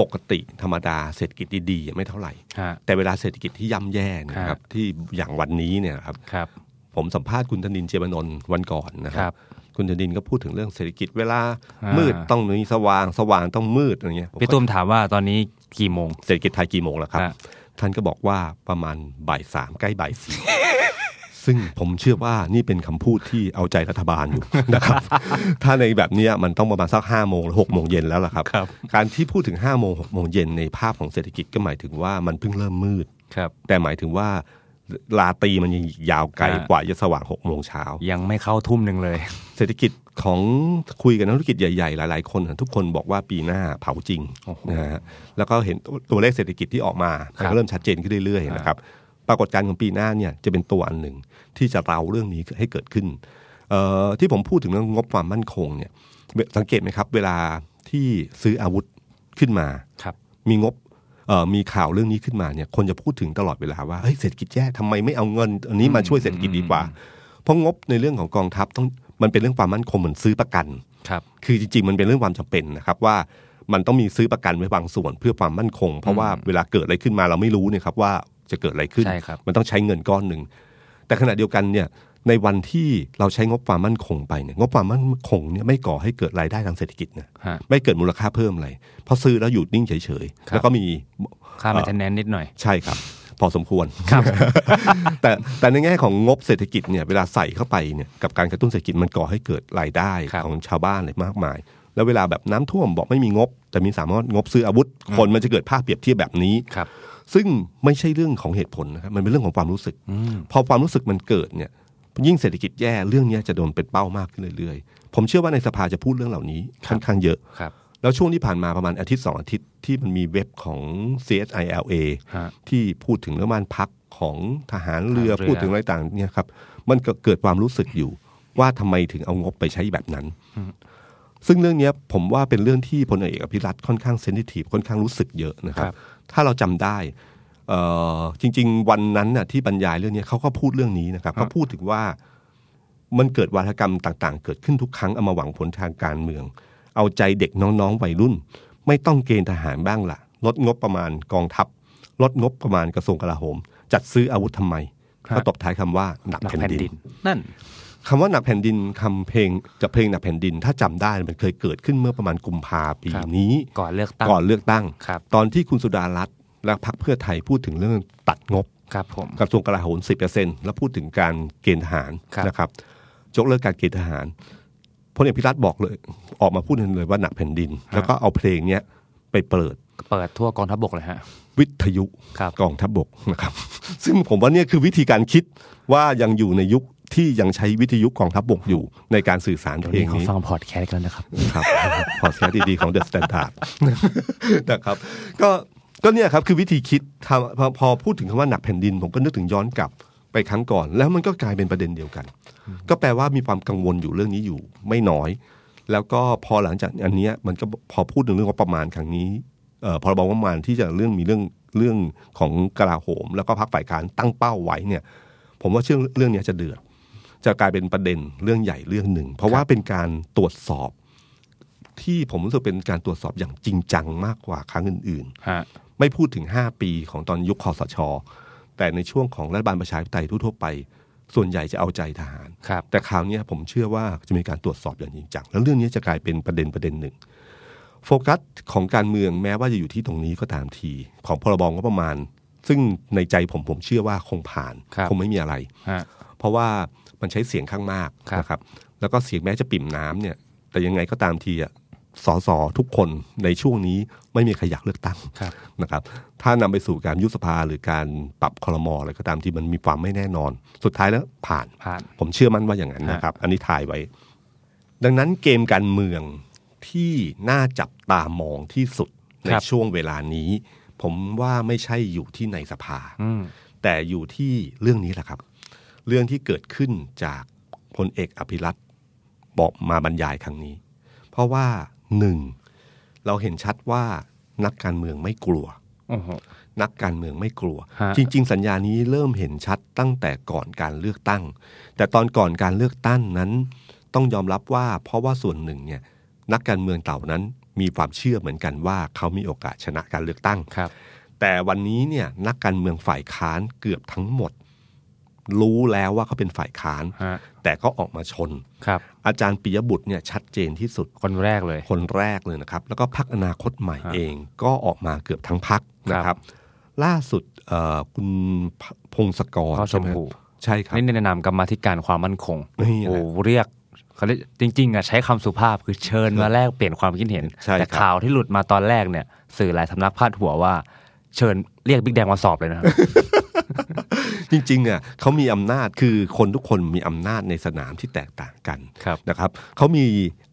Speaker 2: ปกติธรรมดาเศรษฐกิจดีๆไม่เท่าไหร่
Speaker 3: ฮะ
Speaker 2: แต่เวลาเศรษฐกิจที่ย่ำแย่เนยนะค
Speaker 3: ครั
Speaker 2: รับบ ที่อย่างวันนี้เนี่ยครับ
Speaker 3: ครับ
Speaker 2: ผมสัมภาษณ์คุณธนินเจยบนนท์วันก่อนนะค
Speaker 3: ครั
Speaker 2: รับ
Speaker 3: บ
Speaker 2: คุณธนินก็พูดถึงเรื่องเศรษฐกิจเวลา
Speaker 3: อ่ามื
Speaker 2: มืดต้องมีสว่างสว่างต้องมืดอะไรเงี้ย
Speaker 3: พี่ตุ้มถามว่าตอนนี้กี่โมง
Speaker 2: เศรษฐกิจไทยกี่โมงแล้วครับ
Speaker 3: ฮะ
Speaker 2: ท่านก็บอกว่าประมาณบ่ายสามใกล้บ่ายสี่ ซึ่งผมเชื่อว่านี่เป็นคำพูดที่เอาใจรัฐบาลอยู่ นะครับ ถ้าในแบบเนี้ยมันต้องประมาณสักห้าโมงหรือหกโมงเย็นแล้วล่ะครับ
Speaker 3: ครับ
Speaker 2: การที่พูดถึงห้าโมงหกโมงเย็นในภาพของเศรษฐกิจก็หมายถึงว่ามันเพิ่งเริ่มมืด
Speaker 3: ครับ
Speaker 2: แต่หมายถึงว่าลาตรีมันยังอีกยาวไกล
Speaker 3: ฮะ
Speaker 2: กว่าจะสว่างหกโมงเช้า
Speaker 3: ยังไม่เข้าทุ่มหนึ่งเลย
Speaker 2: เศรษฐกิจของคุยกับนักธุรกิจใหญ่ๆ หลายๆ คนนะทุกคนบอกว่าปีหน้าเผาจริง
Speaker 3: โอ้โห
Speaker 2: นะฮะแล้วก็เห็นตัวเลขเศรษฐกิจที่ออกมา
Speaker 3: ครับ
Speaker 2: มันก็เริ่มชัดเจนขึ้นเรื่อยๆนะครับปรากฏการณ์ของปีหน้าเนี่ยจะเป็นตัวอันหนึ่งที่จะเราเรื่องนี้ให้เกิดขึ้นเอ่อที่ผมพูดถึงเรื่องงบความมั่นคงเนี่ยสังเกตไหมครับ เวลาที่ซื้ออาวุธขึ้นมา
Speaker 3: ครับ
Speaker 2: มีงบเอ่อมีข่าวเรื่องนี้ขึ้นมาเนี่ยคนจะพูดถึงตลอดเวลาว่าเฮ้ยเศรษฐกิจแย่ทำไมไม่เอาเงินอันนี้มาช่วยเศรษฐกิจดีกว่า เพราะงบในเรื่องของกองทัพต้องมันเป็นเรื่องความมั่นคงเหมือนซื้อประกัน
Speaker 3: ครับ
Speaker 2: คือจริงๆมันเป็นเรื่องความจำเป็นนะครับว่ามันต้องมีซื้อประกันไว้บางส่วนเพื่อความมั่นคง เพราะว่าเวลาเกิดอะไรขึ้นมาเราไม่รู้เนี่ยครับว่าจะเกิดอะไรขึ้น
Speaker 3: ใช่ครับ
Speaker 2: มันต้องใช้เงินก้อนหนึ่งแต่ขณะเดียวกันเนี่ยในวันที่เราใช้งบความมั่นคงไปเนี่ยงบความมั่นคงเนี่ยไม่ก่อให้เกิดรายได้ทางเศรษฐกิจนะ
Speaker 3: ฮะ
Speaker 2: ไม่เกิดมูลค่าเพิ่มอะไรเพราะซื้อแล้วหยุดนิ่งเฉย
Speaker 3: ค
Speaker 2: ๆ
Speaker 3: รับ
Speaker 2: แล้วก็มี
Speaker 3: ค่ามาทนแนนนิดหน่อย
Speaker 2: ใช่ครับ พอสมควร
Speaker 3: ครับ
Speaker 2: แต่แต่ในแง่ของงบเศรษฐกิจเนี่ยเวลาใส่เข้าไปเนี่ยกับการกระตุ้นเศรษฐกิจมันก่อให้เกิดรายได้
Speaker 3: ครับ
Speaker 2: ของชาวบ้านเลยมากมาย แล้วเวลาแบบน้ำท่วมบอกไม่มีงบ แต่มีสามารถงบซื้ออาวุธ คนมันจะเกิดภาพเปรียบเทียบแบบนี้
Speaker 3: ครับ
Speaker 2: ซึ่งไม่ใช่เรื่องของเหตุผลนะครับมันเป็นเรื่องของความรู้สึก พอความรู้สึกมันเกิดเนี่ยยิ่งเศรษฐกิจแย่เรื่องเนี้ยจะโดนเป็นเป้ามากขึ้นเรื่อยๆ ผมเชื่อว่าในสภาจะพูดเรื่องเหล่านี้ค่อนข้างเยอะ
Speaker 3: ครับ
Speaker 2: แล้วช่วงที่ผ่านมาประมาณอาทิตย์สองอาทิตย์ที่มันมีเว็บของ CSILA
Speaker 3: ฮะ
Speaker 2: ที่พูดถึงเรื่องบ้านพักของทหารเรือ
Speaker 3: ทหารเรือ
Speaker 2: พูดถึงอะไรต่างเนี่ยครับ มันก็เกิดความรู้สึกอยู่ว่าทำไมถึงเอางบไปใช้แบบนั้น ซึ่งเรื่องเนี้ยผมว่าเป็นเรื่องที่พลเอกอภิรัตค่อนข้างเซนซิทีฟค่อนข้างรู้สึกเยอะนะครับ
Speaker 3: ครับ
Speaker 2: ถ้าเราจำได้เอ่อจริง ๆ วันนั้นน่ะที่บรรยายเรื่องเนี้ยเขาก็พูดเรื่องนี้นะครับเขาพูดถึงว่า มันเกิดวาทกรรมต่างๆ เกิดขึ้นทุกครั้งเอามาหวังผลทางการเมือง เอาใจเด็กน้องๆวัยรุ่น ไม่ต้องเกณฑ์ทหารบ้างละ่ะ ลดงบประมาณกองทัพ ลดงบประมาณกระทรวงกลาโหม จัดซื้ออาวุธทำไม
Speaker 3: ครับ
Speaker 2: ก็ตบท้ายคำว่าหนัก
Speaker 3: หนัก
Speaker 2: แผ่น
Speaker 3: แผ่น
Speaker 2: ดิ
Speaker 3: ดิ
Speaker 2: น
Speaker 3: น นั่น
Speaker 2: คำว่าหนักแผ่นดินคำเพลงจากเพลงหนักแผ่นดิน ถ้าจำได้มันเคยเกิดขึ้นเมื่อประมาณกุมภาปี
Speaker 3: ครับ
Speaker 2: นี้
Speaker 3: ก่อนเลือกตั้ง
Speaker 2: ก่อนเลือกตั้ง
Speaker 3: ครับ
Speaker 2: ตอนที่คุณสุดารัตน์และพรรคเพื่อไทยพูดถึงเรื่องตัดงบ
Speaker 3: ครับผม
Speaker 2: กระทรวงกลาโหม 10%แล้วพูดถึงการเกณฑ์ทหาร
Speaker 3: ครับ
Speaker 2: นะครับยกเลิกการเกณฑ์ทหารพลเอกพิรัตบอกเลย ออกมาพูดทันเลยว่าหนักแผ่นดิน แล้วก็เอาเพลงเนี้ยไปเปิด
Speaker 3: เปิดทั่วกองทัพบกเลยฮะ
Speaker 2: วิทยุ
Speaker 3: ครับ
Speaker 2: กองทัพบกนะครับ ซึ่งผมว่าเนี่ยคือวิธีการคิดว่ายังอยู่ในยุคที่ยังใช้วิทยุกองทัพบกอยู่ในการสื่อสารเพลง
Speaker 3: เขา
Speaker 2: นี้
Speaker 3: ฟังพอดแคสต์กันแล้วนะครับ
Speaker 2: ครับ พอดแคสต์ดีๆของ The Standard นะครับก็ก็เนี่ยครับคือวิธีคิดทำพอพอพูดถึงคำว่าหนักแผ่นดิน ผมก็นึกถึงย้อนกลับไปครั้งก่อน แล้วมันก็กลายเป็นประเด็นเดียวกัน ก็แปลว่ามีความกังวลอยู่เรื่องนี้อยู่ไม่น้อย แล้วก็พอหลังจากอันเนี้ยมันก็พอพูดถึงเรื่องงบประมาณครั้งนี้เอ่อพรบงบประมาณที่จะเรื่องมีเรื่องเรื่องของกลาโหม แล้วก็พักฝ่ายการตั้งเป้าไว้เนี่ย ผมว่าเชื่อเรื่องเนี้ยจะเดือด จะกลายเป็นประเด็นเรื่องใหญ่เรื่องหนึ่ง เพราะว่าเป็นการตรวจสอบ ที่ผมรู้สึกเป็นการตรวจสอบอย่างจริงจังมากกว่าครั้งอื่น
Speaker 3: ฮะ
Speaker 2: ๆ ไม่พูดถึง 5 ปีของตอนยุคคอสช แต่ในช่วงของรัฐบาลประชาธิปไตยทั่วๆไป ส่วนใหญ่จะเอาใจทหาร
Speaker 3: ครับ
Speaker 2: แต่คราวเนี้ยผมเชื่อว่าจะมีการตรวจสอบอย่างจริงจัง แล้วเรื่องนี้จะกลายเป็นประเด็นประเด็นหนึ่ง โฟกัสของการเมืองแม้ว่าจะอยู่ที่ตรงนี้ก็ตามที ของพรบงบประมาณ ซึ่งในใจผมผมเชื่อว่าคงผ่าน
Speaker 3: ครับ
Speaker 2: คงไม่มีอะไร
Speaker 3: ฮะ
Speaker 2: เพราะว่ามันใช้เสียงข้างมาก
Speaker 3: ครับ
Speaker 2: นะครับ แล้วก็เสียงแม้จะปิ่มน้ำเนี่ย แต่ยังไงก็ตามทีอ่ะสสทุกคนในช่วงนี้ไม่มีใครอยากเลือกตั้ง
Speaker 3: ครับ
Speaker 2: นะครับ ถ้านำไปสู่การยุบสภาหรือการปรับคลมออะไรก็ตามที่มันมีความไม่แน่นอน สุดท้ายแล้วผ่าน
Speaker 3: ผ่าน
Speaker 2: ผมเชื่อมั่นว่าอย่างนั้นนะครับ อันนี้ทายไว้ ดังนั้นเกมการเมือง ที่น่าจับตามองที่สุดใน
Speaker 3: ครับ
Speaker 2: ช่วงเวลานี้ ผมว่าไม่ใช่อยู่ที่ในสภา
Speaker 3: อืม
Speaker 2: แต่อยู่ที่เรื่องนี้แหละครับ เรื่องที่เกิดขึ้นจากพลเอกอภิรัตน์บอกมาบรรยายครั้งนี้ เพราะว่าหนึ่งเราเห็นชัดว่านักการเมืองไม่กลัว
Speaker 3: โอ้โห
Speaker 2: นักการเมืองไม่กลัว
Speaker 3: ฮะ
Speaker 2: จริง ๆ สัญญานี้เริ่มเห็นชัดตั้งแต่ก่อนการเลือกตั้ง แต่ตอนก่อนการเลือกตั้งนั้น ต้องยอมรับว่าเพราะว่าส่วนหนึ่งเนี่ยนักการเมืองเต่านั้นมีความเชื่อเหมือนกันว่าเขามีโอกาสชนะการเลือกตั้ง
Speaker 3: ครับ
Speaker 2: แต่วันนี้เนี่ยนักการเมืองฝ่ายค้านเกือบทั้งหมด รู้แล้วว่าเขาเป็นฝ่ายค้าน
Speaker 3: ฮะ
Speaker 2: แต่ก็ออกมาชน
Speaker 3: ครับ
Speaker 2: อาจารย์ปิยบุตรเนี่ยชัดเจนที่สุด
Speaker 3: คนแรกเลย
Speaker 2: คนแรกเลยนะครับ แล้วก็พักอนาคตใหม่
Speaker 3: ฮะ
Speaker 2: เองก็ออกมาเกือบทั้งพักนะค
Speaker 3: ครั
Speaker 2: รับ
Speaker 3: บ
Speaker 2: ล่าสุดเอ่อคุณพพงศกร
Speaker 3: พ่อชมพู
Speaker 2: ใช่ไหมใช่ครับ
Speaker 3: นี่ในนามกรรมาธิการความมั่นคง
Speaker 2: นี่แหละ
Speaker 3: โอ้เรียกเขาเรียกจริงๆอ่ะใช้คำสุภาพคือเชิญมาแลกเปลี่ยนความคิดเห็น
Speaker 2: ใช่ครับ
Speaker 3: แต่ข่าวที่หลุดมาตอนแรกเนี่ย สื่อหลายสำนักพาดหัวว่า เชิญเรียกบิ๊กแดงมาสอบเลยนะครับ
Speaker 2: จริงๆอ่ะเขามีอำนาจคือคนทุกคนมีอำนาจในสนามที่แตกต่างกัน
Speaker 3: ครับ
Speaker 2: นะครับเขามี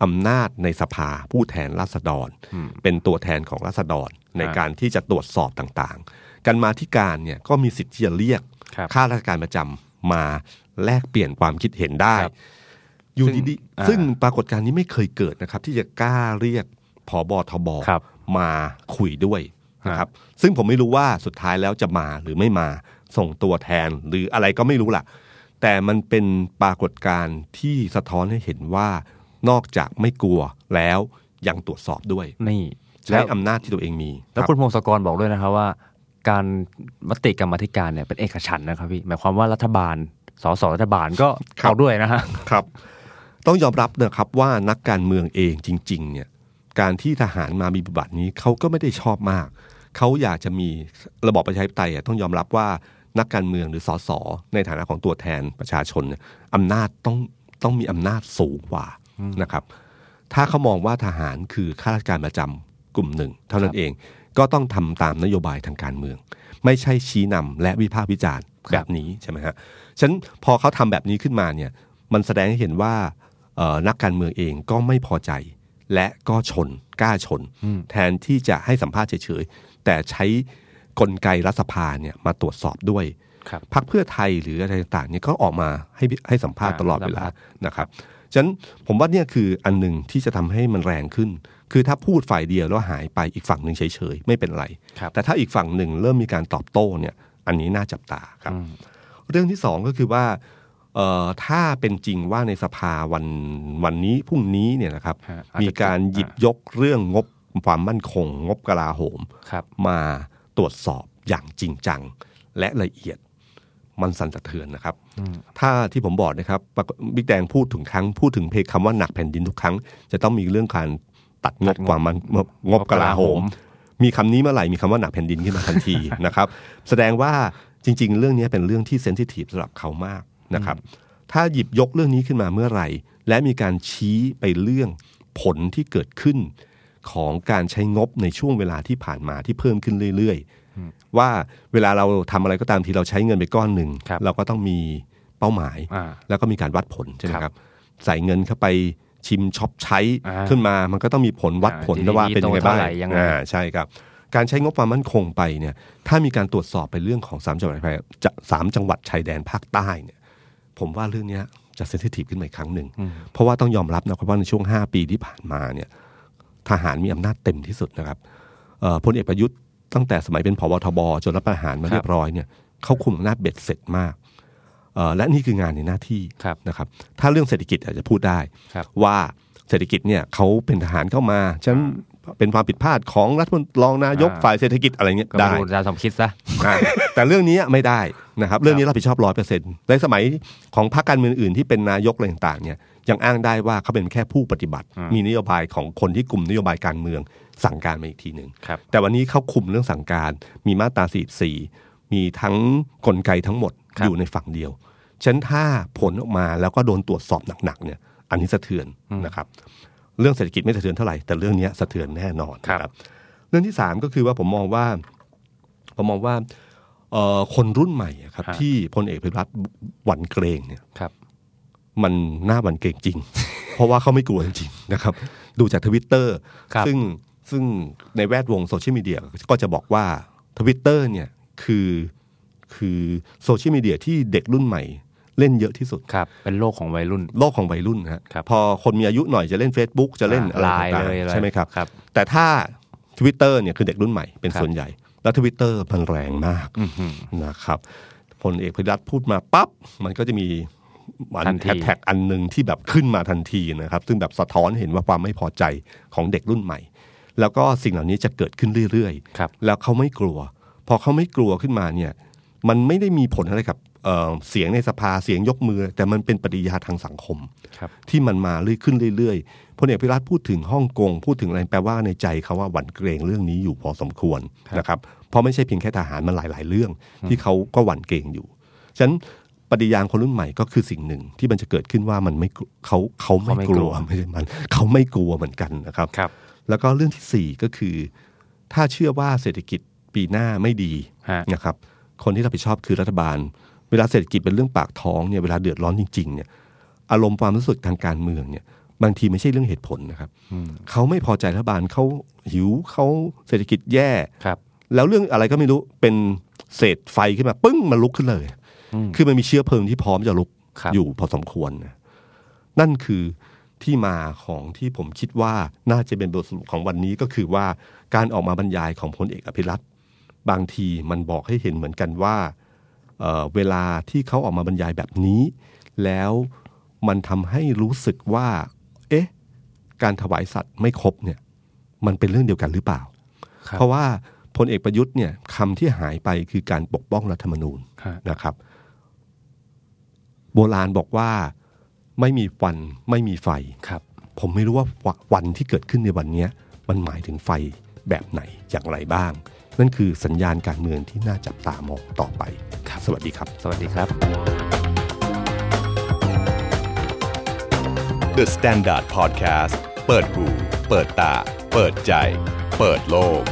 Speaker 2: อำนาจในสภาผู้แทนราษฎร เป็นตัวแทนของราษฎรในการที่จะตรวจสอบต่างๆ กันมาธิการเนี่ยก็มีสิทธิ์ที่จะเรียก
Speaker 3: ครับ
Speaker 2: ข้าราชการประจำมาแลกเปลี่ยนความคิดเห็นได้
Speaker 3: ครับ
Speaker 2: อยู่
Speaker 3: ซึ่ง
Speaker 2: ดี
Speaker 3: อ่า
Speaker 2: ๆซึ่งปรากฏการณ์นี้ไม่เคยเกิดนะครับ ที่จะกล้าเรียกผอบอทบ
Speaker 3: ครับ
Speaker 2: มาคุยด้วยนะ
Speaker 3: ฮะ
Speaker 2: ครับ ซึ่งผมไม่รู้ว่าสุดท้ายแล้วจะมาหรือไม่มาส่งตัวแทนหรืออะไรก็ไม่รู้ล่ะ แต่มันเป็นปรากฏการณ์ที่สะท้อนให้เห็นว่านอกจากไม่กลัวแล้วยังตรวจสอบด้วย
Speaker 3: นี่
Speaker 2: ใช้อำนาจที่ตัวเองมี
Speaker 3: แล้ว
Speaker 2: รับ
Speaker 3: คุณพงศกรบอกด้วยนะครับว่า การมติกรรมาธิการเนี่ยเป็นเอกฉันท์นะครับพี่หมายความว่ารัฐบาลสสรัฐบาลก็เอาด้วยนะฮะ
Speaker 2: ครับ ต้องยอมรับนะครับว่านักการเมืองเองจริง ๆ เนี่ย การที่ทหารมามีบทบาทนี้เขาก็ไม่ได้ชอบมาก เขาอยากจะมีระบอบประชาธิปไตยอะต้องยอมรับว่านักการเมืองหรือสสในฐานะของตัวแทนประชาชนเนี่ยอำนาจต้องต้องมีอำนาจสูงกว่านะครับ ถ้าเขามองว่าทหารคือข้าราชการประจำกลุ่มหนึ่ง เท่านั้นเองก็ต้องทำตามนโยบายทางการเมือง ไม่ใช่ชี้นำและวิพากษ์วิจารณ์
Speaker 3: ค
Speaker 2: แบ
Speaker 3: รับบ
Speaker 2: นี้ใช่ไหมฮะฉะนันพอเขาทำแบบนี้ขึ้นมาเนี่ยมันแสดงให้เห็นว่าเอ่อนักการเมืองเองก็ไม่พอใจ และก็ชนกล้าชน แทนที่จะให้สัมภาษณ์เฉยๆแต่ใช้กลไกรัฐสภาเนี่ยมาตรวจสอบด้วย
Speaker 3: ครับ
Speaker 2: พรรคเพื่อไทยหรืออะไรต่างๆเนี่ยก็ออกมาให้ให้สัมภาษณ์ ภาพตลอดเวลา
Speaker 3: ครับ
Speaker 2: นะครับ ฉะนั้นผมว่าเนี่ยคืออันหนึ่งที่จะทำให้มันแรงขึ้น คือถ้าพูดฝ่ายเดียวแล้วหายไปอีกฝั่งหนึ่งเฉยๆ ไม่เป็นไร
Speaker 3: ครับ
Speaker 2: แต่ถ้าอีกฝั่งหนึ่งเริ่มมีการตอบโต้เนี่ย อันนี้น่าจับตาครับ เรื่องที่สองก็คือว่าเอ่อถ้าเป็นจริงว่าในสภาวันวันนี้พรุ่งนี้เนี่ยนะครับ
Speaker 3: ฮะอาจจะ
Speaker 2: มีการหยิบ
Speaker 3: อ่ะ
Speaker 2: ยกเรื่องงบความมั่นคง งบกลาโหม
Speaker 3: ครับ
Speaker 2: มาตรวจสอบอย่างจริงจัง และละเอียดมันสั่นสะเทือนนะครับ ถ้าที่ผมบอกนะครับปรากฏบิ๊กแดงพูดถึงครั้งพูดถึงเพลงคำว่าหนักแผ่นดินทุกครั้ง จะต้องมีเรื่องการตัดงบความมันงบงบกลาโหม มีคำนี้เมื่อไหร่มีคำว่าหนักแผ่นดินขึ้นมาทันที นะครับ แสดงว่าจริง ๆ เรื่องนี้เป็นเรื่องที่เซนซิทีฟสำหรับเขามากนะครับ ถ้าหยิบยกเรื่องนี้ขึ้นมาเมื่อไหร่ และมีการชี้ไปเรื่องผลที่เกิดขึ้น ของการใช้งบในช่วงเวลาที่ผ่านมาที่เพิ่มขึ้นเรื่อยๆ ว่าเวลาเราทำอะไรก็ตามทีเราใช้เงินไปก้อนหนึ่ง
Speaker 3: ครับ
Speaker 2: เราก็ต้องมีเป้าหมาย
Speaker 3: อ่า
Speaker 2: แล้วก็มีการวัดผลใช่ไหม
Speaker 3: ครับ
Speaker 2: ครับ ใส่เงินเข้าไปชิมช็อปใช้
Speaker 3: อ่า
Speaker 2: ขึ้นมามันก็ต้องมีผลวัดผล
Speaker 3: อ่า
Speaker 2: นะว่าเป็นยังไงบ้าง
Speaker 3: เท่าไหร่ยังไง
Speaker 2: อ่า อ่าใช่ครับ การใช้งบความมั่นคงไปเนี่ยถ้ามีการตรวจสอบไปเรื่องของสามจังหวัดชายจะสามจังหวัดชายแดนภาคใต้เนี่ยผมว่าเรื่องเนี้ยจะเซนซิทีฟขึ้นมาอีกครั้งหนึ่ง เพราะว่าต้องยอมรับนะครับว่าในช่วง 5 ปีที่ผ่านมาเนี่ยทหารมีอำนาจเต็มที่สุดนะครับเอ่อพลเอกประยุทธ์ตั้งแต่สมัยเป็นผบทบจนรับประหารมาเรียบร้อยเนี่ยเขาคุมอำนาจเบ็ดเสร็จมากเอ่อและนี่คืองานในหน้าที่
Speaker 3: ครับ
Speaker 2: นะครับ ถ้าเรื่องเศรษฐกิจอาจจะพูดได้
Speaker 3: ครับ
Speaker 2: ว่าเศรษฐกิจเนี่ยเขาเป็นทหารเข้ามาฉะนันเป็นความผิดพลาดของรัฐมนตรีรองนายก
Speaker 3: อ่า
Speaker 2: ฝ่ายเศรษฐกิจอะไรเงี้ย
Speaker 3: ก็
Speaker 2: ได้
Speaker 3: ดูอาจารย์สมคิดซะ
Speaker 2: อ่าแต่เรื่องนี้ไม่ได้นะครับ เรื่องนี้รับผิดชอบร้อยเปอร์เซ็นต์ในสมัยของพรรคการเมืองอื่นที่เป็นนายกอะไรต่างๆเนี่ยยังอ้างได้ว่าเขาเป็นแค่ผู้ปฏิบัติ มีนโยบายของคนที่กลุ่มนโยบายการเมืองสั่งการมาอีกทีหนึ่ง
Speaker 3: ครับ
Speaker 2: แต่วันนี้เขาคุมเรื่องสั่งการ มีมาตรา44 มีทั้งกลไกทั้งหมด
Speaker 3: ครับ
Speaker 2: อยู่ในฝั่งเดียวฉะนันถ้าผลออกมาแล้วก็โดนตรวจสอบหนักๆเนี่ย อันนี้สะเทือนนะครับ เรื่องเศรษฐกิจไม่สะเทือนเท่าไหร่ แต่เรื่องเนี้ยสะเทือนแน่นอนนะครับ เรื่องที่สามก็คือว่าผมมองว่า ผมมองว่าเอ่อคนรุ่นใหม่อะครับ
Speaker 3: ฮะ
Speaker 2: ที่พลเอกพิรัตน์หวั่นเกรงเนี่ย
Speaker 3: ครับ
Speaker 2: มันน่าหวันเกรงจริง เพราะว่าเขาไม่กลัวจริงๆนะครับ ดูจากทวิตเตอร์
Speaker 3: ครับ
Speaker 2: ซึ่งซึ่งในแวดวงโซเชียลมีเดียก็จะบอกว่าทวิตเตอร์เนี่ยคือคือโซเชียลมีเดียที่เด็กรุ่นใหม่เล่นเยอะที่สุด
Speaker 3: ครับ เป็นโลกของวัยรุ่น
Speaker 2: โลกของวัยรุ่นฮะ
Speaker 3: ครับ
Speaker 2: พอคนมีอายุหน่อยจะเล่น Facebook จะเล่น
Speaker 3: อ่า
Speaker 2: อะไรต่าง
Speaker 3: ไลน์เลยอะ
Speaker 2: ๆ
Speaker 3: ไร
Speaker 2: ใช่ไหมครับ
Speaker 3: ครับ
Speaker 2: แต่ถ้า Twitter เนี่ยคือเด็กรุ่นใหม่เป็น
Speaker 3: ครับ
Speaker 2: ส่วนใหญ่ แล้วทวิตเตอร์มันแรงมากนะครับพลเอกพิรัตน์พูดมาปั๊บ มันก็จะมี
Speaker 3: ทั
Speaker 2: อัน
Speaker 3: นที
Speaker 2: แฮชแท็กอันหนึ่งที่แบบขึ้นมาทันทีนะครับ ซึ่งแบบสะท้อนเห็นว่าความไม่พอใจของเด็กรุ่นใหม่ แล้วก็สิ่งเหล่านี้จะเกิดขึ้นเรื่อยๆ
Speaker 3: ครับ
Speaker 2: แล้วเขาไม่กลัว พอเขาไม่กลัวขึ้นมาเนี่ยมันไม่ได้มีผลอะไรกับเอ่อเสียงในสภาเสียงยกมือ แต่มันเป็นปฏิกิริยาทางสังคม
Speaker 3: ครับ
Speaker 2: ที่มันมาเรื่อยขึ้นเรื่อยๆพลเอกพิรัตน์พูดถึงฮ่องกงพูดถึงอะไรแปลว่าในใจเขาว่าหวั่นเกรงเรื่องนี้อยู่พอสมควรนะครับเพราะไม่ใช่เพียงแค่ทหารมันหลาย ๆ เรื่องที่เขาก็หวั่นเกรงอยู่ฉะนั้นปฏิญาณคนรุ่นใหม่ก็คือสิ่งหนึ่งที่มันจะเกิดขึ้นว่ามันไม่กลัวเขาเขาไม่
Speaker 3: เขาไม่
Speaker 2: ก
Speaker 3: กลั
Speaker 2: ลัว
Speaker 3: ว
Speaker 2: ไม่ใช่มันเขาไม่กลัวเหมือนกันนะครับ
Speaker 3: ครับ
Speaker 2: แล้วก็เรื่องที่สี่ก็คือ ถ้าเชื่อว่าเศรษฐกิจปีหน้าไม่ดี
Speaker 3: ฮะ
Speaker 2: นะครับ คนที่รับผิดชอบคือรัฐบาล เวลาเศรษฐกิจเป็นเรื่องปากท้องเนี่ยเวลาเดือดร้อนจริงๆเนี่ยอารมณ์ความรู้สึกทางการเมืองเนี่ยบางทีไม่ใช่เรื่องเหตุผลนะครับเขาไม่พอใจรัฐบาลเขาหิวเขาเศรษฐกิจแย่
Speaker 3: ครับ
Speaker 2: แล้วเรื่องอะไรก็ไม่รู้เป็นเศษไฟขึ้นมาปึ้งมันลุกขึ้นเลย คือมันมีเชื้อเพลิงที่พร้อมจะลุก
Speaker 3: ครับ
Speaker 2: อยู่พอสมควรนะนั่นคือที่มาของที่ผมคิดว่าน่าจะเป็นบทสรุปของวันนี้ก็คือว่าการออกมาบรรยายของพลเอกอภิรัตน์บางทีมันบอกให้เห็นเหมือนกันว่าเอ่อเวลาที่เขาออกมาบรรยายแบบนี้ แล้วมันทำให้รู้สึกว่า เอ๊ะ การถวายสัตว์ไม่ครบเนี่ย มันเป็นเรื่องเดียวกันหรือเปล่า
Speaker 3: ครับ
Speaker 2: เพราะว่าพลเอกประยุทธ์เนี่ยคำที่หายไปคือการปกป้องรัฐธรรมนูญ
Speaker 3: ฮะ
Speaker 2: นะครับ โบราณบอกว่าไม่มีฟันไม่มีไฟ
Speaker 3: ครับ
Speaker 2: ผมไม่รู้ว่าวันที่เกิดขึ้นในวันเนี้ยมันหมายถึงไฟแบบไหนอย่างไรบ้าง นั่นคือสัญญาณการเมืองที่น่าจับตามองต่อไป
Speaker 3: ครับ
Speaker 2: สวัสดีครับ
Speaker 3: สวัสดีครับ
Speaker 1: The Standard Podcast เปิดหูเปิดตา เปิดใจ เปิดโลก